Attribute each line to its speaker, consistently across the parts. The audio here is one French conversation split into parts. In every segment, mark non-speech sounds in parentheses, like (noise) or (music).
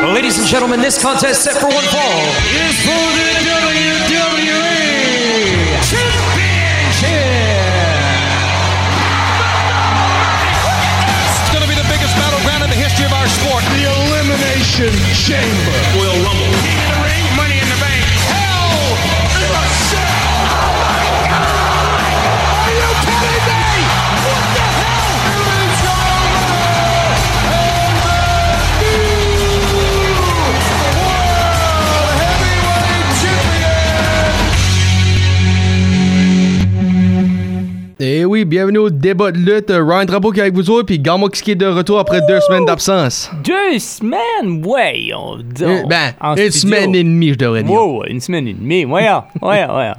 Speaker 1: Ladies and gentlemen, this contest set for one fall is for the WWE Championship.
Speaker 2: It's going to be the biggest battleground in the history of our sport. The Elimination Chamber. Royal Rumble. King of the Ring, Money in the Bank. Hell in a Cell. Oh my God! Are you kidding me? What the hell? Everything's gone
Speaker 3: Et Eh oui, bienvenue au débat de lutte. Euh, Ryan Drapeau qui est avec vous autres, puis Gamox qui est de retour après deux semaines d'absence.
Speaker 4: Deux semaines, ouais, on dit.
Speaker 3: Euh, ben, une semaine et demie, je devrais dire.
Speaker 4: Wow, une semaine et demie,
Speaker 3: (laughs)
Speaker 4: voyons, voyons, voyons.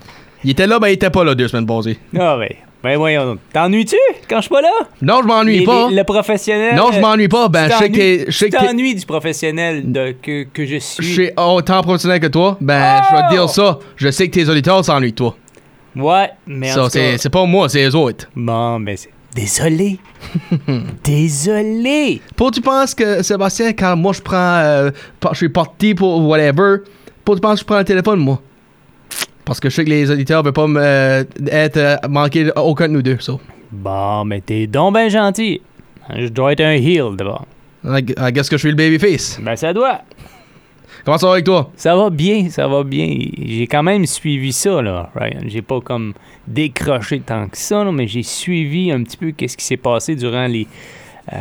Speaker 3: Il était là, ben il était pas là deux semaines passées.
Speaker 4: Ah ouais, ben voyons donc. T'ennuies-tu quand je suis pas là?
Speaker 3: Non, je m'ennuie
Speaker 4: Les-
Speaker 3: pas.
Speaker 4: les- le professionnel.
Speaker 3: Non, je
Speaker 4: euh,
Speaker 3: m'ennuie pas. Ben,
Speaker 4: tu
Speaker 3: je sais
Speaker 4: t'ennuies-
Speaker 3: que. Je sais
Speaker 4: tu
Speaker 3: que.
Speaker 4: t'ennuies du professionnel de, que, que je
Speaker 3: Je
Speaker 4: suis.
Speaker 3: suis autant professionnel que toi. Ben, je vais te
Speaker 4: Oh!
Speaker 3: dire ça. Je sais que tes auditeurs s'ennuient de toi.
Speaker 4: Ouais, mais en
Speaker 3: Ça,
Speaker 4: tout
Speaker 3: c'est
Speaker 4: cas-
Speaker 3: c'est pas moi, c'est eux autres.
Speaker 4: Bon, mais c'est...
Speaker 3: (laughs)
Speaker 4: Désolé. Désolé.
Speaker 3: Pour tu penses que, Sébastien, quand moi je prends. euh, pa- je suis parti pour whatever. Pour tu penses que je prends le téléphone, moi? Parce que je sais que les auditeurs veulent pas me, euh, être euh, manquer aucun de nous deux, ça.
Speaker 4: Bon, mais t'es donc ben gentil. Je dois être un heel d'abord.
Speaker 3: Qu'est-ce que je suis le babyface?
Speaker 4: Ben ça doit.
Speaker 3: Comment ça va avec toi?
Speaker 4: Ça va bien, ça va bien. J'ai quand même suivi ça, là, Ryan. J'ai pas comme décroché tant que ça, là, mais j'ai suivi un petit peu qu'est-ce qui s'est passé durant les, euh,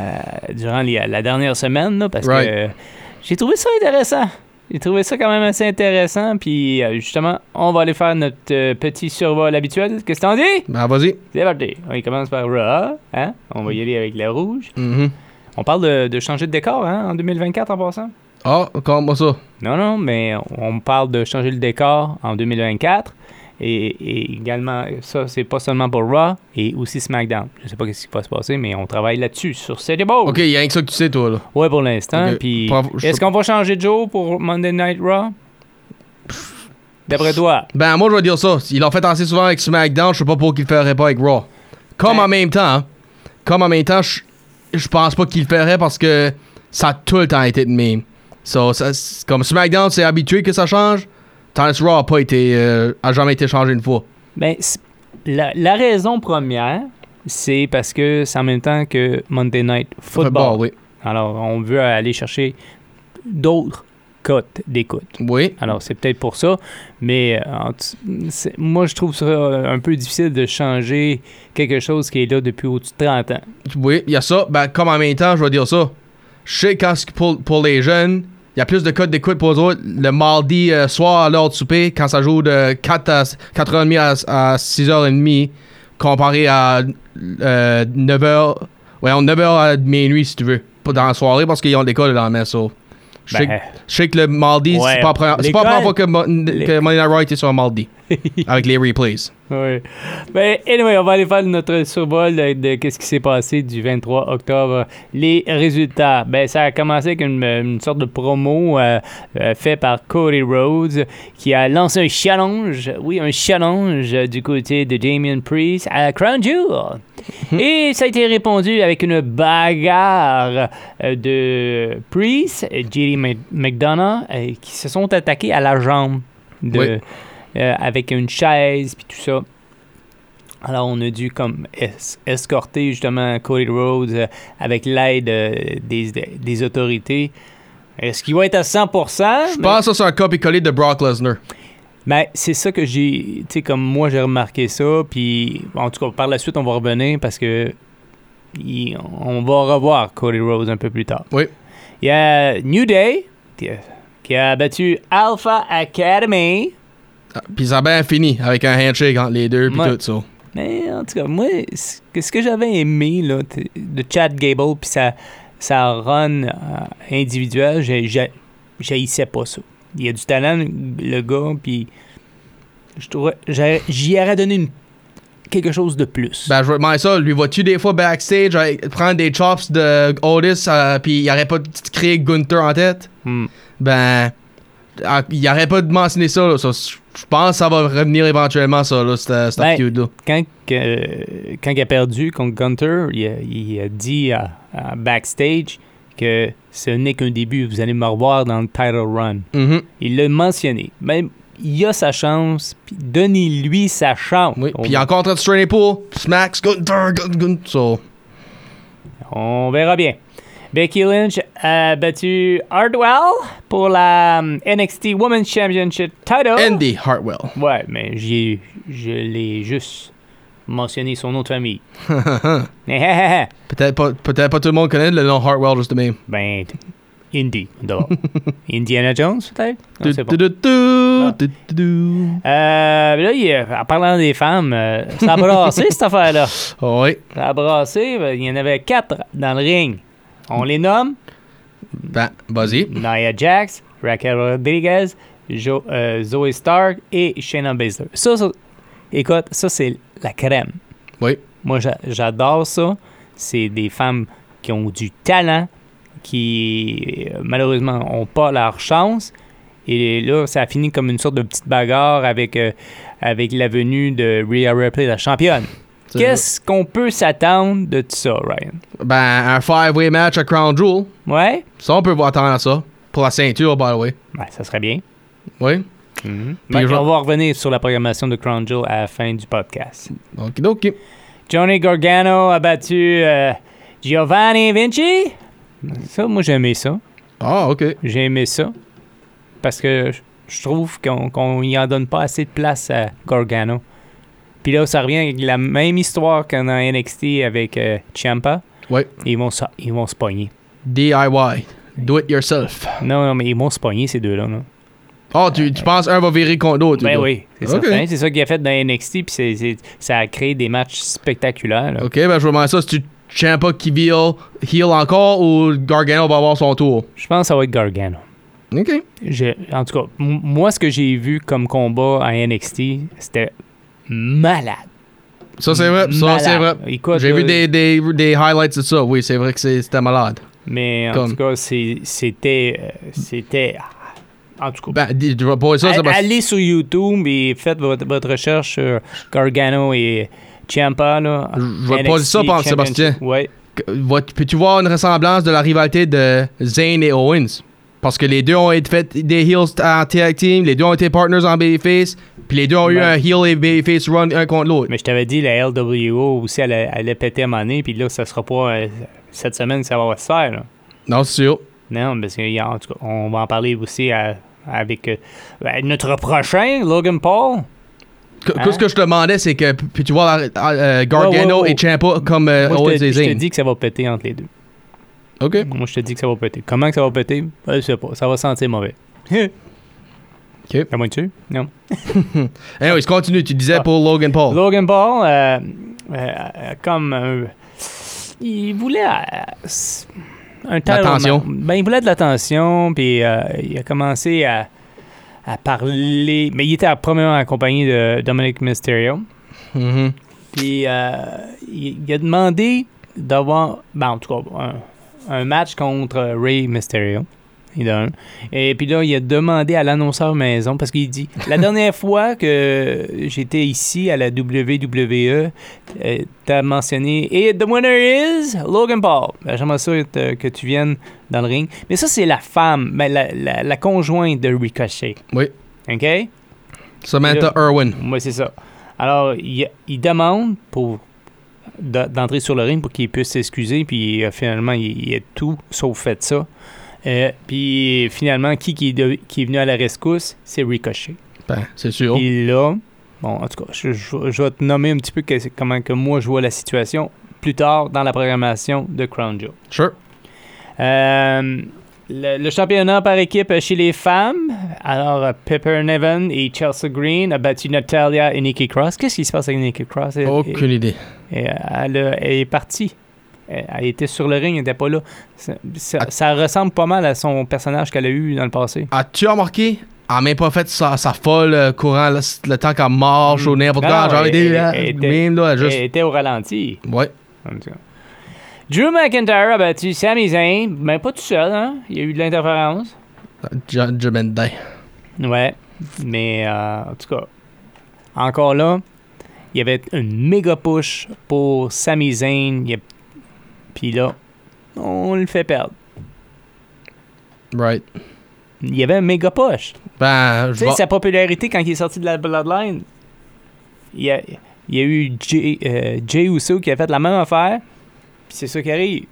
Speaker 4: durant les- la dernière semaine, là, parce
Speaker 3: Right.
Speaker 4: que euh, j'ai trouvé ça intéressant. J'ai trouvé ça quand même assez intéressant. Puis euh, justement, on va aller faire notre euh, petit survol habituel. Qu'est-ce que t'en dis?
Speaker 3: Ben, vas-y.
Speaker 4: C'est parti. On y commence par Raw. Hein? On va y aller avec la rouge.
Speaker 3: Mhm.
Speaker 4: On parle de, de changer de décor hein, en 2024 en passant.
Speaker 3: Ah, comment ça?
Speaker 4: Non, non, mais on parle de changer le décor en 2024. Et, et également, ça, c'est pas seulement pour Raw et aussi SmackDown. Je sais pas ce qui va se passer, mais on travaille là-dessus, sur ces débats.
Speaker 3: Ok, y a rien que ça que tu sais, toi, là.
Speaker 4: Ouais, pour l'instant.
Speaker 3: Ok.
Speaker 4: Puis,
Speaker 3: Bravo, je
Speaker 4: est-ce
Speaker 3: sais-
Speaker 4: qu'on va changer de jour pour Monday Night Raw? D'après toi.
Speaker 3: Ben, moi, je vais dire ça. Ils l'ont fait assez souvent avec SmackDown, je sais pas pourquoi qu'ils le feraient pas avec Raw. Comme
Speaker 4: Ben-
Speaker 3: en même temps, hein. comme en même temps, je je pense pas qu'ils le feraient parce que ça a tout le temps été de même. So, ça, c'est- comme SmackDown, c'est habitué que ça change, tandis que Raw a pas été, euh, a jamais été changé une fois.
Speaker 4: Ben, c'est- la, la raison première, c'est parce que c'est en même temps que Monday Night Football.
Speaker 3: oui.
Speaker 4: Alors, on veut aller chercher d'autres cotes d'écoute.
Speaker 3: Oui.
Speaker 4: Mm-hmm. Alors, c'est peut-être pour ça, mais euh, en tout- c'est- moi, je trouve ça euh, un peu difficile de changer quelque chose qui est là depuis au-dessus de 30 ans.
Speaker 3: Oui, il y a ça. Ben, comme en même temps, je vais dire ça. Je sais quand c'est pour, pour les jeunes, il y a plus de codes d'écoute pour eux autres. Le mardi euh, soir à l'heure du souper, quand ça joue de 4 à 4h30 à, à 6h30, comparé à euh, 9h. Ouais, 9h à minuit si tu veux. Pas dans la soirée parce qu'ils ont de l'école le lendemain, ça. oh. Je sais
Speaker 4: Ben,
Speaker 3: que- je sais que le mardi,
Speaker 4: Ouais,
Speaker 3: c'est pas la première c'est pas la première fois que, Mo- que
Speaker 4: l'école-
Speaker 3: Monday Night Raw était sur un
Speaker 4: (laughs)
Speaker 3: mardi. avec les replays.
Speaker 4: oui. Ben, anyway, on va aller faire notre survol de, de qu'est-ce qui s'est passé du 23 octobre. Les résultats. Ben, ça a commencé avec une, une sorte de promo euh, euh, fait par Cody Rhodes qui a lancé un challenge. Oui, un challenge euh, du côté de Damien Priest à Crown Jewel. Et ça a été répondu avec une bagarre euh, de Priest et JD Mc- McDonough euh, qui se sont attaqués à la jambe de-
Speaker 3: Oui.
Speaker 4: euh, avec une chaise puis tout ça. Alors on a dû comme es- escorter justement Cody Rhodes euh, avec l'aide euh, des, des autorités. Est-ce qu'il va être à 100%?
Speaker 3: Je pense que ça, c'est un copy-coller de Brock Lesnar.
Speaker 4: Ben, c'est ça que j'ai. Tu sais, comme moi, j'ai remarqué ça. Puis, en tout cas, par la suite, on va revenir parce que. il- on va revoir Cody Rhodes un peu plus tard.
Speaker 3: Oui.
Speaker 4: Il y a New Day qui a- qui a battu Alpha Academy.
Speaker 3: Ah, Puis ça a bien fini avec un handshake entre les deux, puis
Speaker 4: Ouais.
Speaker 3: tout ça.
Speaker 4: Mais en tout cas, moi, ce que- ce que j'avais aimé là, t- de Chad Gable, puis sa, sa run euh, individuelle, j'ai- j'ai- j'haïssais pas ça. Il a du talent, le gars, puis je trouvais- j'ai- j'y aurais donné une- quelque chose de plus.
Speaker 3: Ben, je vais demander ça. Lui, vois-tu des fois backstage avec- prendre des chops de Otis, euh, puis il arrête pas de créer Gunther en tête?
Speaker 4: Hmm.
Speaker 3: Ben, ah, il arrête pas de mentionner ça, là. Ça, Je pense que ça va revenir éventuellement, ça, là, cette, cette
Speaker 4: Ben,
Speaker 3: feud-là.
Speaker 4: Quand, que- euh, quand il a perdu contre Gunter, il a, il a dit à- à backstage que ce n'est qu'un début. Vous allez me revoir dans le title run.
Speaker 3: Mhm.
Speaker 4: Il l'a mentionné. Même, il a sa chance. puis Donnez-lui sa chance.
Speaker 3: Oui.
Speaker 4: On-
Speaker 3: Puis il est encore en train de strainer pour Smacks, Gunther, Gun, Gun. So,
Speaker 4: On verra bien. Becky Lynch a battu Hardwell pour la hum, NXT Women's Championship title.
Speaker 3: Andy Hartwell.
Speaker 4: Ouais, mais j'ai, je l'ai juste mentionné son nom
Speaker 3: (laughs)
Speaker 4: de famille. Eh, eh, eh, eh.
Speaker 3: Peut-être pas, peut-être pas tout le monde connaît le nom Hartwell, juste de même.
Speaker 4: ben, Indy,
Speaker 3: (laughs)
Speaker 4: d'abord. Indiana Jones, peut-être? Non,
Speaker 3: Du-
Speaker 4: Ah, c'est Ah.
Speaker 3: du-
Speaker 4: pas.
Speaker 3: du- du- du- du- du.
Speaker 4: Euh, là, il y a- en parlant des femmes, euh, ça a brassé cette affaire-là.
Speaker 3: Oh, Oui.
Speaker 4: Ça a brassé, ben, il y en avait quatre dans le ring. On les nomme
Speaker 3: Ben, vas-y.
Speaker 4: Nia Jax, Raquel Rodriguez, Jo- euh, Zoe Stark et Shayna Baszler. Ça, ça- écoute, ça, c'est la crème.
Speaker 3: Oui.
Speaker 4: Moi, j'a- j'adore ça. C'est des femmes qui ont du talent, qui euh, malheureusement n'ont pas leur chance. Et là, ça a fini comme une sorte de petite bagarre avec, euh, avec la venue de Rhea Ripley, la championne.
Speaker 3: C'est
Speaker 4: Qu'est-ce qu'on peut s'attendre de tout ça, Ryan?
Speaker 3: Ben, un five-way match à Crown Jewel.
Speaker 4: Ouais?
Speaker 3: Ça, on peut voir attendre à ça. Pour la ceinture, by the way.
Speaker 4: Ben, ça serait bien.
Speaker 3: Oui. Puis
Speaker 4: Ben,
Speaker 3: je-
Speaker 4: On va revenir sur la programmation de Crown Jewel à la fin du podcast.
Speaker 3: Ok, ok.
Speaker 4: Johnny Gargano a battu euh, Giovanni Vinci. Ça, moi, j'ai aimé ça.
Speaker 3: Ah, ok.
Speaker 4: J'ai aimé ça. Parce que je- je trouve qu'on qu'on y en donne pas assez de place à Gargano. Puis là, ça revient avec la même histoire qu'on a NXT avec euh, Ciampa.
Speaker 3: Ouais.
Speaker 4: Ils vont, se- ils vont se pogner.
Speaker 3: DIY. Do it yourself.
Speaker 4: Non, non, mais ils vont se pogner, ces deux-là. là.
Speaker 3: Oh, tu, tu penses un va virer contre l'autre?
Speaker 4: Euh, Ben
Speaker 3: toi?
Speaker 4: oui, c'est
Speaker 3: Ok.
Speaker 4: certain. C'est ça qu'il a fait dans NXT. Puis c'est- c'est- ça a créé des matchs spectaculaires. là.
Speaker 3: Ok, ben je vais demander ça si tu tiens pas qui heal, heal encore ou Gargano va avoir son tour.
Speaker 4: Je pense que ça va être Gargano.
Speaker 3: Ok.
Speaker 4: Je- en tout cas, m- moi, ce que j'ai vu comme combat à NXT, c'était malade.
Speaker 3: Ça c'est vrai, ça
Speaker 4: Malade.
Speaker 3: c'est vrai.
Speaker 4: Écoute,
Speaker 3: J'ai vu
Speaker 4: euh,
Speaker 3: des, des, des highlights de ça, oui, c'est vrai que c'est- c'était malade.
Speaker 4: Mais en
Speaker 3: Comme.
Speaker 4: tout cas, c'est- c'était. euh, C'était. ah, En tout cas.
Speaker 3: Ben, dis- tu vas pas ça, c'est
Speaker 4: a-
Speaker 3: parce-
Speaker 4: allez sur YouTube et faites votre, votre recherche sur Gargano et Ciampa. Là,
Speaker 3: Je- je vais pas dire ça, par Sébastien.
Speaker 4: Ouais.
Speaker 3: que- vois- Peux-tu voir une ressemblance de la rivalité de Zayn et Owens? Parce que les deux ont été fait des heels en tag team, les deux ont été partners en babyface, puis les deux ont eu
Speaker 4: Ben.
Speaker 3: un heel et babyface run un contre l'autre.
Speaker 4: Mais je t'avais dit, la LWO aussi, elle, a- elle a pété à maner, puis là, ça sera pas. euh, cette semaine, ça va se faire. là.
Speaker 3: Non, c'est sûr.
Speaker 4: Non, parce que, en tout cas, on va en parler aussi à- avec euh, ben, notre prochain, Logan Paul.
Speaker 3: Euh, Que-
Speaker 4: Hein?
Speaker 3: que Ce que je te demandais, c'est que p- peux-tu voir la- ah, euh, Gargano
Speaker 4: Ouais, ouais, ouais.
Speaker 3: et Ciampa comme euh,
Speaker 4: Moi,
Speaker 3: Owens
Speaker 4: je, te,
Speaker 3: et
Speaker 4: je te
Speaker 3: Zayn?
Speaker 4: dis que ça va péter entre les deux.
Speaker 3: Ok.
Speaker 4: Moi, je te dis que ça va péter. Comment que ça va péter? Ben, Je sais pas. Ça va sentir mauvais.
Speaker 3: (laughs) Ok.
Speaker 4: Comment tu? Non.
Speaker 3: Anyways, continue. Tu disais
Speaker 4: Ah.
Speaker 3: pour Logan Paul.
Speaker 4: Logan Paul, euh, euh, euh, comme un- il voulait euh, s- un title
Speaker 3: L'attention.
Speaker 4: match. Ben, il voulait de l'attention, puis euh, il a commencé à, à parler. Mais il était euh, premièrement accompagné de Dominic Mysterio.
Speaker 3: Mhm.
Speaker 4: Puis euh, il, il a demandé d'avoir, ben, en tout cas, un, un match contre Ray Mysterio. Il a un. Et puis là, il a demandé à l'annonceur maison, parce qu'il dit La dernière (laughs) fois que j'étais ici à la WWE, euh, t'as mentionné Et the winner is Logan Paul. Ben, J'aimerais ça que que tu viennes dans le ring. Mais ça, c'est la femme, ben, la, la- la conjointe de Ricochet.
Speaker 3: Oui.
Speaker 4: OK?
Speaker 3: Samantha
Speaker 4: Et
Speaker 3: Irwin.
Speaker 4: Moi, c'est ça. Alors, il, il demande pour de- d'entrer sur le ring pour qu'il puisse s'excuser, puis euh, finalement, il, il a tout sauf fait ça. Euh, puis finalement, qui, qui, est de- qui est venu à la rescousse, c'est Ricochet.
Speaker 3: Ben, c'est sûr.
Speaker 4: Puis là, bon, en tout cas, je, je- je vais te nommer un petit peu que- comment que moi je vois la situation plus tard dans la programmation de Crown Joe.
Speaker 3: Sure.
Speaker 4: Euh, le, le championnat par équipe euh, chez les femmes. Alors, euh, Pepper Nevin et Chelsea Green a battu Natalia et Nikki Cross. Qu'est-ce qui se passe avec Nikki Cross? Elle,
Speaker 3: Aucune idée.
Speaker 4: elle- elle a- elle est partie. Elle, elle était sur le ring, elle n'était pas là. Ça,
Speaker 3: Ah.
Speaker 4: ça- ça ressemble pas mal à son personnage qu'elle a eu dans le passé.
Speaker 3: As-tu remarqué? Elle a même pas fait sa, sa folle euh, courant le, le temps qu'elle marche
Speaker 4: Mm.
Speaker 3: ou n'importe
Speaker 4: Non,
Speaker 3: quoi.
Speaker 4: non,
Speaker 3: Genre,
Speaker 4: elle-
Speaker 3: des,
Speaker 4: elle-
Speaker 3: là,
Speaker 4: elle était-
Speaker 3: même là, elle juste.
Speaker 4: Elle était au ralenti.
Speaker 3: Ouais.
Speaker 4: en tout cas. Drew McIntyre a battu Sami Zayn, mais pas tout seul. hein. Il y a eu de l'interférence.
Speaker 3: John Jabendin.
Speaker 4: Ouais, mais euh, en tout cas, encore là, il y avait une méga push pour Sami Zayn. il y a- Puis là, on le fait perdre.
Speaker 3: Right.
Speaker 4: Il y avait un méga poche.
Speaker 3: Ben,
Speaker 4: Tu
Speaker 3: je
Speaker 4: sais,
Speaker 3: vais-
Speaker 4: sa popularité quand il est sorti de la Bloodline, il y a, il y a eu Jay, euh, Jay Uso qui a fait la même affaire, puis c'est ça qui arrive. Tu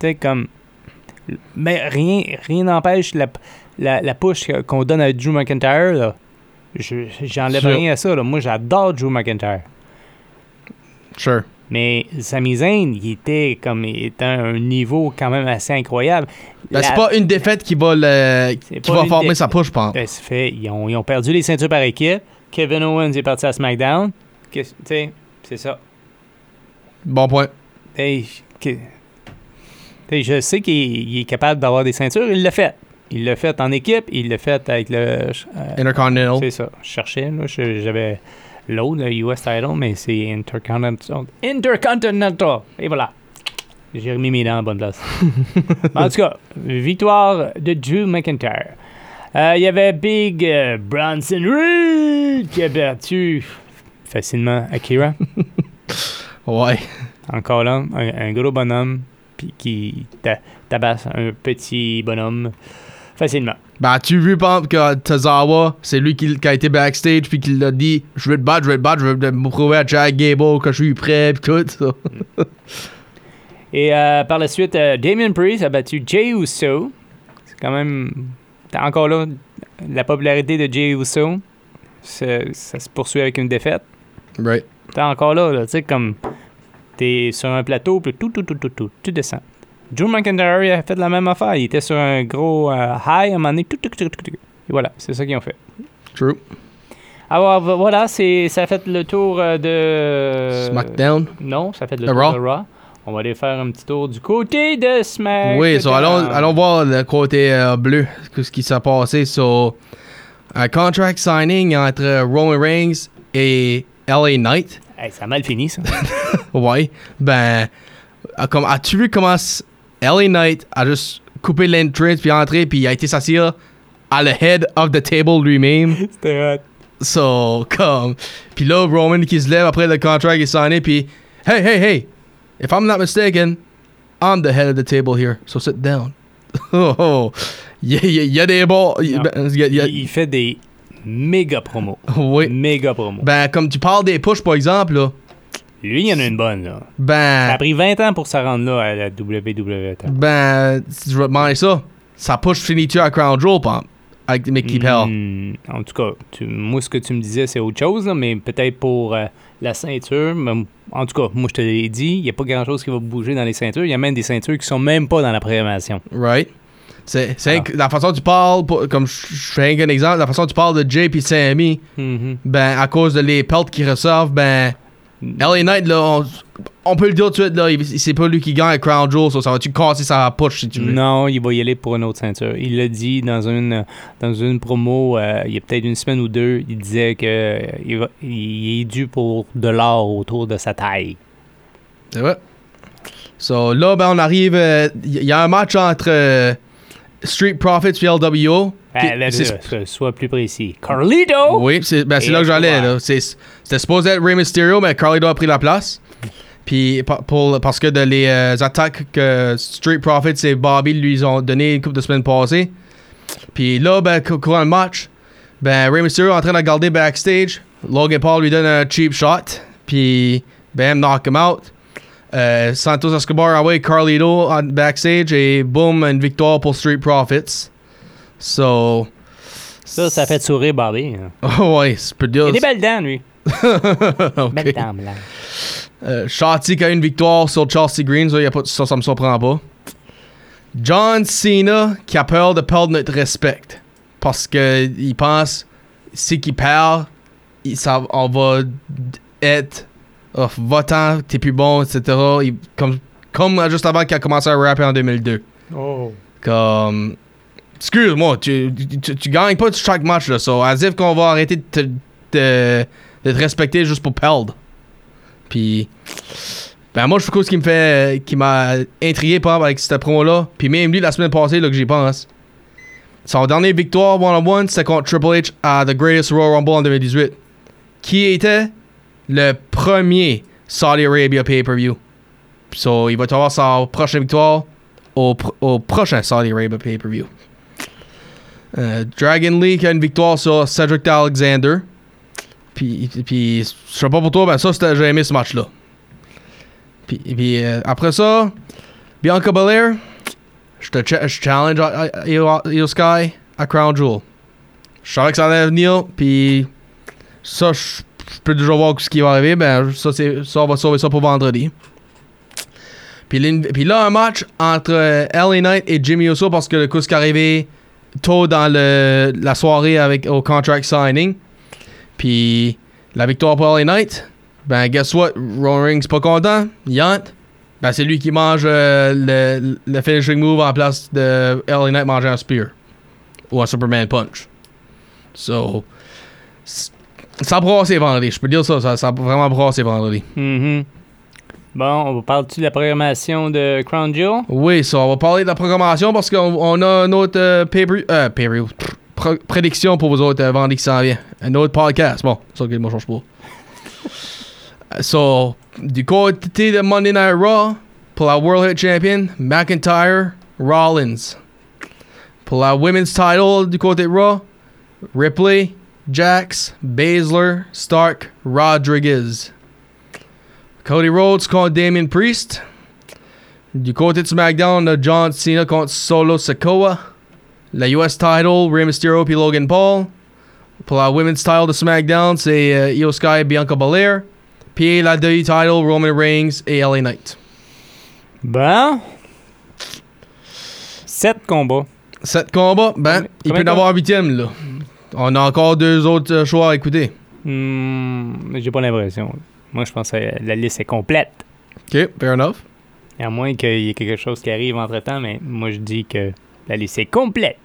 Speaker 4: sais, comme. Mais rien rien n'empêche la, la, la push que- qu'on donne à Drew McIntyre, là. Je- J'enlève
Speaker 3: Sûr.
Speaker 4: rien à ça, là. Moi, j'adore Drew McIntyre.
Speaker 3: Sure.
Speaker 4: Mais Sami Zayn, il était comme il était à un niveau quand même assez incroyable.
Speaker 3: Ben, c'est
Speaker 4: La-
Speaker 3: pas une défaite qui va le...
Speaker 4: C'est
Speaker 3: qui
Speaker 4: pas
Speaker 3: va
Speaker 4: une
Speaker 3: former
Speaker 4: défaite.
Speaker 3: sa push, je pense.
Speaker 4: Ben, c'est fait, ils ont, ils ont perdu les ceintures par équipe. Kevin Owens est parti à SmackDown. Qu'est-ce- Tu sais, c'est ça.
Speaker 3: Bon point.
Speaker 4: Hey, que- Hey, je sais qu'il il est capable d'avoir des ceintures, il l'a fait. Il l'a fait en équipe, il l'a fait avec le. euh,
Speaker 3: Intercontinental.
Speaker 4: c'est ça, je cherchais, là, je- j'avais l'autre, le US title, mais c'est Intercontinental. Intercontinental! Et voilà. J'ai remis mes dents en bonne place. en tout cas, victoire de Drew McIntyre. Euh, Il y avait Big euh, Bronson Reed qui a battu facilement Akira.
Speaker 3: Ouais.
Speaker 4: Encore là, un, un gros bonhomme puis qui ta- tabasse un petit bonhomme facilement.
Speaker 3: Ben, as-tu vu, par exemple, que Tazawa, c'est lui qui, qui a été backstage, puis qui l'a dit Je vais te battre, je vais te battre, je vais me prouver à Jack Gable que je suis prêt, puis tout. Ça. (laughs)
Speaker 4: Et euh, par la suite, euh, Damien Priest a battu Jey Uso. C'est quand même... t'as Encore là, la popularité de Jey Uso, c'est- ça se poursuit avec une défaite.
Speaker 3: Right.
Speaker 4: T'es encore là, là tu sais, comme... T'es sur un plateau, puis tout, tout, tout, tout, tout, tout descend. Drew McIntyre il a fait la même affaire. Il était sur un gros euh, high à un moment donné. Tout, tout, tout, tout, tout. Et voilà, c'est ça qu'ils ont fait.
Speaker 3: True.
Speaker 4: Alors vo- voilà, c'est ça a fait le tour euh, de
Speaker 3: SmackDown.
Speaker 4: Non, ça a fait le
Speaker 3: Le
Speaker 4: tour
Speaker 3: Raw.
Speaker 4: de Raw. On va aller faire un petit tour du côté de SmackDown.
Speaker 3: Oui, so allons,
Speaker 4: euh,
Speaker 3: allons voir le côté euh, bleu, ce qui s'est passé. So, un contract signing entre Roman Reigns et LA Knight.
Speaker 4: Hey, ça a mal
Speaker 3: (laughs)
Speaker 4: fini ça.
Speaker 3: Ouais. Ben, ah, comme, as-tu vu comment s- LA Knight a juste coupé l'entrance, puis entré, puis il a été s'asseoir à le head of the table lui-même?
Speaker 4: C'était hot.
Speaker 3: So, comme. Puis là, Roman qui se lève après le contract est signé, puis Hey, hey, hey, if I'm not mistaken, I'm the head of the table here, so sit down. (laughs) oh, oh. Il y, a- il y a- il y a des bons. il-
Speaker 4: Non.
Speaker 3: ben, il y a- il y a-
Speaker 4: Il, il fait des méga promos.
Speaker 3: oui.
Speaker 4: Méga promos.
Speaker 3: Ben, comme tu parles des pushs, par exemple, là.
Speaker 4: Lui, il y en a une bonne là. Ça
Speaker 3: Ben.
Speaker 4: a pris 20 ans pour se rendre là à la E. WWE.
Speaker 3: Ben, si je vais te demander ça. Sa push finit-tu à Crown Jewel, pam? Avec Mickey Pell.
Speaker 4: Hmm, en tout cas, tu- moi, ce que tu me disais, c'est autre chose, là, mais peut-être pour euh, la ceinture. mais en tout cas, moi, je te l'ai dit, il n'y a pas grand-chose qui va bouger dans les ceintures. Il y a même des ceintures qui sont même pas dans la programmation.
Speaker 3: Right? C'est c'est
Speaker 4: Ah.
Speaker 3: inc- la façon dont tu parles, pour- comme je je fais un exemple, la façon dont tu parles de Jay puis Sammy.
Speaker 4: Mhm.
Speaker 3: ben, à cause de les peltes qui ressortent, ben, LA Knight, là, on, on peut le dire tout de suite, là, il- c'est pas lui qui gagne à Crown Jewel, ça, ça va-tu casser sa push si tu veux?
Speaker 4: Non, il va y aller pour une autre ceinture. Il l'a dit dans une, dans une promo, euh, il y a peut-être une semaine ou deux, il disait que euh, il, va- il est dû pour de l'or autour de sa taille.
Speaker 3: C'est vrai. So, là, ben, on arrive, euh, il y a un match entre euh, Street Profits puis LWO. qui-
Speaker 4: Ah, là,
Speaker 3: c'est-
Speaker 4: là, so- sois plus précis. Carlito!
Speaker 3: Oui, c'est ben, c'est
Speaker 4: Et
Speaker 3: là que j'allais.
Speaker 4: ouais.
Speaker 3: là. C'est- C'était supposé être Rey Mysterio, mais Carlito a pris la place. Puis, pa- pour, parce que de les euh, attaques que Street Profits et Bobby lui ont donné une couple de semaines passées. Puis là, ben, cou- courant le match, ben, Rey Mysterio est en train de regarder backstage. Logan Paul lui donne un cheap shot. Puis, bam, knock him out. Euh, Santos Escobar envoie Carlito en backstage et boom, une victoire pour Street Profits. So.
Speaker 4: Ça, ça fait sourire Bobby. hein.
Speaker 3: (laughs) Oh, ouais, c'est peut
Speaker 4: Il
Speaker 3: dire.
Speaker 4: a des belles dents, lui.
Speaker 3: (laughs) Ok.
Speaker 4: Belles dents, blanches.
Speaker 3: Euh, Shotty qui a une victoire sur Chelsea Green, ça, y a pas, ça, ça me surprend pas. John Cena qui a peur de perdre notre respect. Parce que il pense, si qu'il perd, il- ça, on va être oh, votant, t'es plus bon, etc. Il- comme, comme juste avant qu'il a commencé à rapper en 2002.
Speaker 4: Oh.
Speaker 3: Comme. Excuse-moi, tu, tu- tu, tu gagnes pas chaque match, là, so, as if qu'on va arrêter de te, de- de te respecter juste pour perdre. Puis. Ben, moi, je trouve que ce qui me fait. qui m'a intrigué, par exemple, avec cette promo-là. Puis même lui, la semaine passée, là, que j'y pense. Son dernier victoire one-on-one, c'était contre Triple H à The Greatest Royal Rumble en 2018. Qui était le premier Saudi Arabia pay-per-view. So, il va avoir sa prochaine victoire au, pr- au prochain Saudi Arabia pay-per-view. Euh, Dragon Lee qui a une victoire sur Cedric Alexander. Puis, puis je sais pas pour toi, ben ça, c'était- j'ai aimé ce match-là. Puis, puis, euh, après ça, Bianca Belair, je te cha- je challenge à- à- Io Io Sky à Crown Jewel. Je savais que ça allait venir, puis ça, je je peux déjà voir ce qui va arriver. Ben, ça, c'est- ça, on va sauver ça pour vendredi. Puis, l'in- puis là, un match entre euh, LA Knight et Jimmy Uso parce que le coup, ce qui est arrivé tôt dans le, la soirée avec, au contract signing. Puis la victoire pour LA Knight, ben guess what? Roman Reigns pas content. Yant, ben c'est lui qui mange euh, le, le finishing move en place de LA Knight manger un spear ou un Superman punch. So, c- ça a brassé vendredi. Je peux dire ça, ça, ça a vraiment brassé vendredi.
Speaker 4: Mhm. Bon, on parle-tu de la programmation de Crown Jewel?
Speaker 3: Oui, ça, on va parler de la programmation parce qu'on on a un autre euh, pay-per- euh, pay-per-view, pff, pro- prédiction pour vous autres euh, vendredi qui s'en vient. Un autre podcast. Bon, ça, que moi, je change pas. Euh, so, du côté de Monday Night Raw, pour la World Head Champion, McIntyre, Rollins. Pour la Women's Title du côté de Raw, Ripley, Jax, Baszler, Stark, Rodriguez. Cody Rhodes contre Damien Priest. Du côté de SmackDown, on a John Cena contre Solo Sokoa. La US title, Rey Mysterio puis Logan Paul. Pour la Women's title de SmackDown, c'est euh, Io Sky et Bianca Belair. Puis la WWE title, Roman Reigns et LA Knight.
Speaker 4: Bon. Sept combats.
Speaker 3: Sept combats, ben,
Speaker 4: Combien-
Speaker 3: il peut y en
Speaker 4: combien
Speaker 3: avoir huitième, là. On a encore deux autres euh, choix à écouter.
Speaker 4: Hmm, J'ai pas l'impression. Moi, je pense que la liste est complète.
Speaker 3: OK, fair enough.
Speaker 4: À moins qu'il y ait quelque chose qui arrive entre-temps, mais moi, je dis que la liste est complète.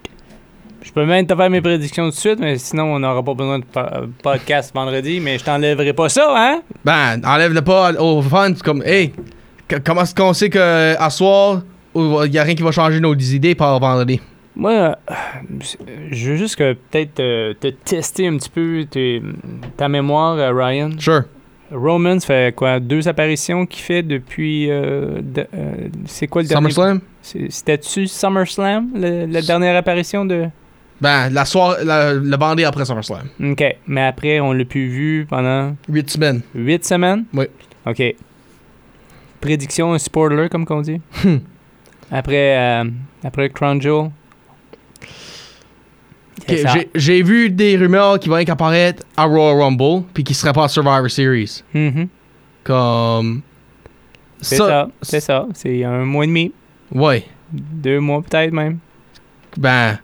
Speaker 4: Je peux même te faire mes prédictions tout de suite, mais sinon, on n'aura pas besoin de po- podcast vendredi, mais je t'enlèverai pas ça, hein?
Speaker 3: Ben, enlève-le pas aux fans. Comme, hey, c- comment est-ce qu'on sait que à soir, il n'y a rien qui va changer nos idées par vendredi?
Speaker 4: Moi, euh, je veux juste que peut-être euh, te tester un petit peu tes- ta mémoire, euh, Ryan.
Speaker 3: Sure.
Speaker 4: Roman, ça fait quoi Deux apparitions qu'il fait depuis. euh, de- euh, c'est quoi le dernier
Speaker 3: SummerSlam?
Speaker 4: C'est- C'était-tu SummerSlam, le- la
Speaker 3: S-
Speaker 4: dernière apparition de.
Speaker 3: Ben, la soirée, la- le bandé après SummerSlam.
Speaker 4: Ok, mais après, on l'a plus vu pendant
Speaker 3: 8 semaines.
Speaker 4: huit semaines
Speaker 3: Oui.
Speaker 4: Ok. Prédiction, un spoiler, comme qu'on dit.
Speaker 3: Hmm.
Speaker 4: après, euh, après Crown Jewel.
Speaker 3: Ok,
Speaker 4: C'est ça.
Speaker 3: j'ai- J'ai vu des rumeurs qui vont apparaître à Royal Rumble, puis qui seraient pas à Survivor Series.
Speaker 4: Mhm.
Speaker 3: Comme.
Speaker 4: C'est ça, c'est ça. C'est un mois et demi,
Speaker 3: Ouais.
Speaker 4: deux mois peut-être même.
Speaker 3: Ben,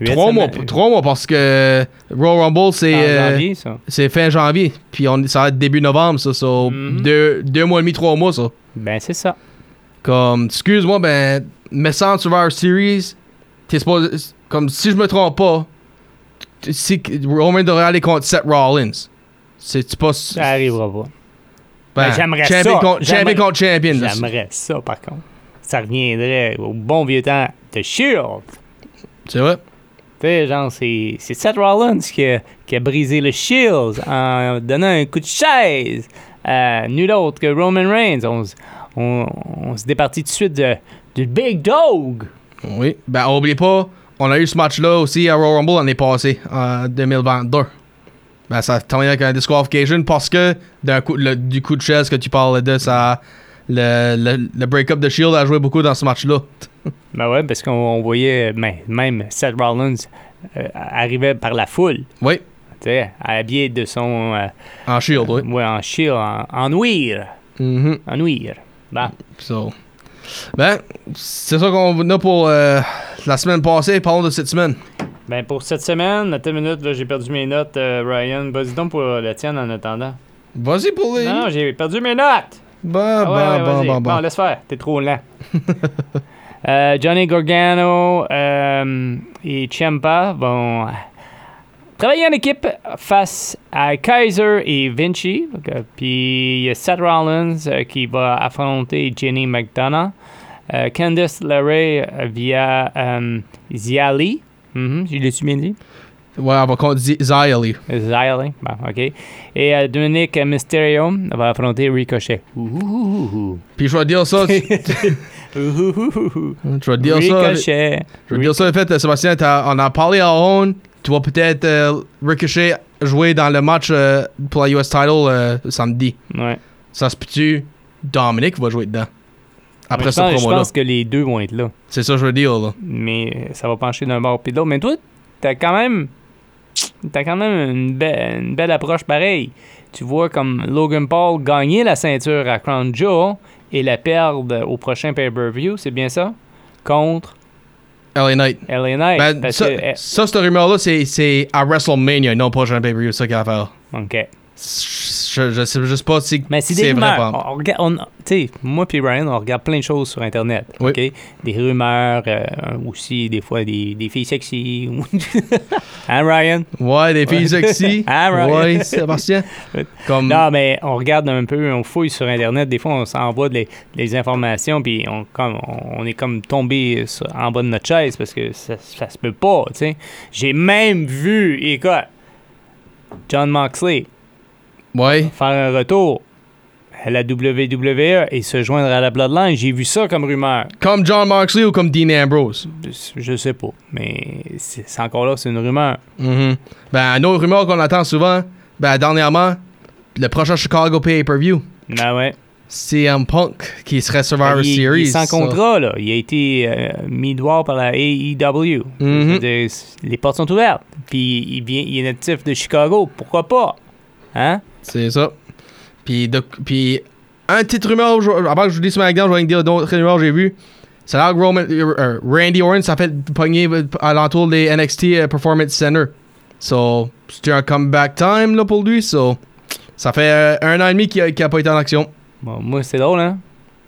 Speaker 4: Huit
Speaker 3: trois mois,
Speaker 4: semaines-
Speaker 3: trois mois, parce que Royal Rumble, c'est.
Speaker 4: en
Speaker 3: euh,
Speaker 4: janvier, ça.
Speaker 3: c'est fin janvier, puis on, ça va être début novembre, ça. so,
Speaker 4: Mhm.
Speaker 3: deux, deux mois et demi, trois mois, ça.
Speaker 4: Ben, c'est ça.
Speaker 3: Comme, excuse-moi, ben, mais sans Survivor Series, t'es supposé. Comme, si je me trompe pas, t- si Roman devrait aller contre Seth Rollins. C'est pas.
Speaker 4: Ça arrivera pas. Ben, j'aimerais
Speaker 3: champion
Speaker 4: ça.
Speaker 3: Contre,
Speaker 4: J'aimerais-
Speaker 3: champion contre champion. là,
Speaker 4: J'aimerais ça, par contre. Ça reviendrait au bon vieux temps de Shield.
Speaker 3: C'est vrai.
Speaker 4: Tu sais, genre, c'est c'est Seth Rollins qui a, qui a brisé le Shield en donnant un coup de chaise à nul autre que Roman Reigns. On, s- on, on se départit tout de suite de- du Big Dog.
Speaker 3: Oui. Ben, oubliez pas, on a eu ce match-là aussi à Royal Rumble l'année passée, en 2022. Ben, ça a terminé avec un disqualification parce que d'un coup, le- du coup de chaise que tu parles de, ça. Le, le, le break-up de Shield a joué beaucoup dans ce match-là.
Speaker 4: Ben ouais, parce qu'on on voyait ben, même Seth Rollins euh, arrivait par la foule.
Speaker 3: Oui,
Speaker 4: Tu sais, habillé de son. euh,
Speaker 3: en Shield, oui.
Speaker 4: ouais, en Shield, en, en ouïr.
Speaker 3: Mhm.
Speaker 4: En ouïr. Bon.
Speaker 3: So. Ben, c'est ça qu'on a pour euh, la semaine passée. Parlons de cette semaine.
Speaker 4: Ben pour cette semaine, attends une minute, là, j'ai perdu mes notes, euh, Ryan. Vas-y donc pour euh, la tienne en attendant.
Speaker 3: Vas-y pour les.
Speaker 4: Non, j'ai perdu mes notes!
Speaker 3: Bah,
Speaker 4: Ah ouais,
Speaker 3: bah,
Speaker 4: ouais,
Speaker 3: bah,
Speaker 4: vas-y.
Speaker 3: bah, bah.
Speaker 4: Bon, laisse faire, t'es trop lent. (laughs) Euh, Johnny Gargano euh, et Ciampa vont euh, travailler en équipe face à Kaiser et Vinci. Donc, euh, Puis il y a Seth Rollins euh, qui va affronter Jenny McDonough. Euh, Candice LeRae euh, via euh, Ziali. Mhm, je l'ai-tu bien dit?
Speaker 3: Ouais, on va contre Z- Zia Lee.
Speaker 4: Xiling. Bon, OK. Et euh, Dominic Mysterio va affronter Ricochet. (laughs)
Speaker 3: Puis je vais dire ça. tu-
Speaker 4: Ouhouhouhou.
Speaker 3: hein, Je vais te dire ça.
Speaker 4: Ricochet.
Speaker 3: Je vais te dire ça, le fait, euh, Sébastien, t'as- on a parlé à Owen. Tu vas peut-être euh, Ricochet jouer dans le match euh, pour la US title euh, samedi.
Speaker 4: Ouais.
Speaker 3: Ça se peut-tu? Dominic va jouer dedans. Après
Speaker 4: Mais
Speaker 3: ce
Speaker 4: je pense- Je
Speaker 3: promo-là.
Speaker 4: pense que les deux vont être là.
Speaker 3: C'est ça que je veux dire, là.
Speaker 4: mais euh, ça va pencher d'un bord puis de l'autre. Mais toi, t'as quand même. T'as quand même une, be- une belle approche pareille. Tu vois comme Logan Paul gagner la ceinture à Crown Jewel et la perdre au prochain pay-per-view, c'est bien ça? Contre
Speaker 3: LA Knight.
Speaker 4: LA Knight.
Speaker 3: Ben,
Speaker 4: parce
Speaker 3: ça,
Speaker 4: que- eh,
Speaker 3: ça, cette rumeur-là, c'est- c'est à WrestleMania, non pas un pay-per-view, ça qu'il y a à faire.
Speaker 4: OK.
Speaker 3: Je, je sais juste pas si
Speaker 4: Mais c'est des
Speaker 3: c'est vrai.
Speaker 4: rumeurs.
Speaker 3: par exemple.
Speaker 4: On- on regarde- on- tu sais, moi puis Brian, on regarde plein de choses sur Internet.
Speaker 3: Oui.
Speaker 4: OK? Des rumeurs, euh, aussi des fois des, des filles sexy. ou- (laughs) hein, Ryan?
Speaker 3: Ouais, des filles
Speaker 4: Ouais.
Speaker 3: sexy.
Speaker 4: (laughs) Ah, right.
Speaker 3: Ouais,
Speaker 4: (laughs)
Speaker 3: Sébastien. Comme,
Speaker 4: Non, mais on regarde un peu, on fouille sur Internet. Des fois, on s'envoie des des informations, puis on, comme, on, on est comme tombé sur- en bas de notre chaise parce que ça, ça se peut pas, tu sais. J'ai même vu, écoute, John Moxley
Speaker 3: ouais.
Speaker 4: faire un retour à la WWE et se joindre à la Bloodline. J'ai vu ça comme rumeur.
Speaker 3: Comme John Moxley ou comme Dean Ambrose.
Speaker 4: Je- Je sais pas, mais c'est c'est encore là, c'est une rumeur.
Speaker 3: Mhm. Ben, une autre rumeur qu'on entend souvent, ben, dernièrement, le prochain Chicago pay-per-view,
Speaker 4: Ben ouais.
Speaker 3: CM Punk qui serait Survivor
Speaker 4: Ben, il, il est
Speaker 3: Series.
Speaker 4: sans
Speaker 3: ça.
Speaker 4: contrat, là. Il a été euh, mis dehors par la AEW.
Speaker 3: Mhm.
Speaker 4: Je veux dire, c- Les portes sont ouvertes. Puis il, vient, il est natif de Chicago. Pourquoi pas? Hein?
Speaker 3: C'est ça. Puis, de- puis un petit rumeur, je- avant que je vous dise SmackDown, je vais vous dire d'autres rumeurs que j'ai vu. C'est là que Roman- euh, euh, Randy Orton s'est fait pogner à l'entour des NXT euh, Performance Center. So, c'était un comeback time là, pour lui. So, ça fait euh, un an et demi qu'il n'a pas été en action.
Speaker 4: Bon, moi, c'est drôle, hein?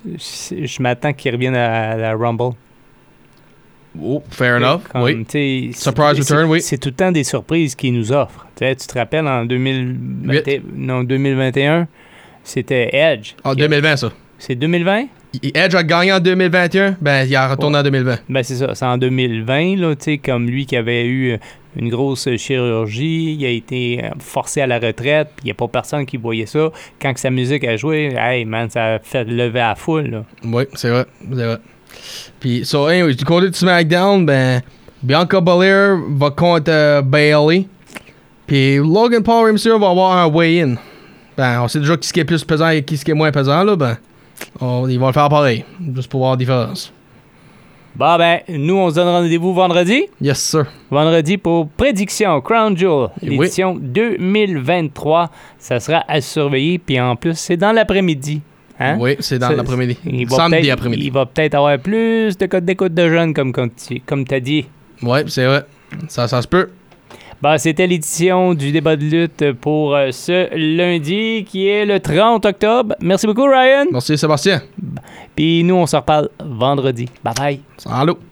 Speaker 4: Je, je m'attends qu'il revienne à la Rumble.
Speaker 3: Oh, fair enough.
Speaker 4: Comme,
Speaker 3: Oui.
Speaker 4: tu sais,
Speaker 3: Surprise
Speaker 4: c'est-
Speaker 3: return,
Speaker 4: c'est-
Speaker 3: oui.
Speaker 4: C'est tout le temps des surprises qu'ils nous offrent. Tu sais, tu te rappelles, en 2020 non, 2021, c'était Edge.
Speaker 3: En
Speaker 4: qui-
Speaker 3: 2020, ça.
Speaker 4: C'est 2020?
Speaker 3: Il- Edge a gagné en 2021. Ben, il a retourné en 2020.
Speaker 4: Ben c'est ça, c'est en 2020, là, tu sais, comme lui qui avait eu euh, une grosse euh, chirurgie, il a été euh, forcé à la retraite, puis il n'y a pas personne qui voyait ça. Quand que sa musique a joué, hey man, ça a fait lever à la foule, là.
Speaker 3: Oui, c'est vrai. C'est vrai. Puis, so, anyways, du côté de SmackDown, ben, Bianca Belair va contre euh, Bailey. Puis, Logan Paul Rey Mysterio va avoir un weigh-in. Ben, on sait déjà qui ce qui est plus pesant et qui ce qui est moins pesant, là. Ben, on- ils vont le faire pareil, juste pour voir la différence.
Speaker 4: Bon, ben, nous, on se donne rendez-vous vendredi.
Speaker 3: Yes, sir.
Speaker 4: Vendredi pour Prédiction Crown Jewel,
Speaker 3: Oui.
Speaker 4: l'édition 2023. Ça sera à surveiller, puis en plus, c'est dans l'après-midi. Hein?
Speaker 3: Oui, c'est dans
Speaker 4: Ça-
Speaker 3: l'après-midi.
Speaker 4: Il va
Speaker 3: Samedi
Speaker 4: peut-être-
Speaker 3: après-midi.
Speaker 4: Il va peut-être avoir plus de codes d'écoute de jeunes, comme, comme tu comme as dit.
Speaker 3: Oui, c'est vrai. Ça, ça se peut.
Speaker 4: Bah, c'était l'édition du débat de lutte pour euh, ce lundi qui est le 30 octobre. Merci beaucoup Ryan.
Speaker 3: Merci, Sébastien.
Speaker 4: Puis nous on se reparle vendredi. Bye bye.
Speaker 3: Salut.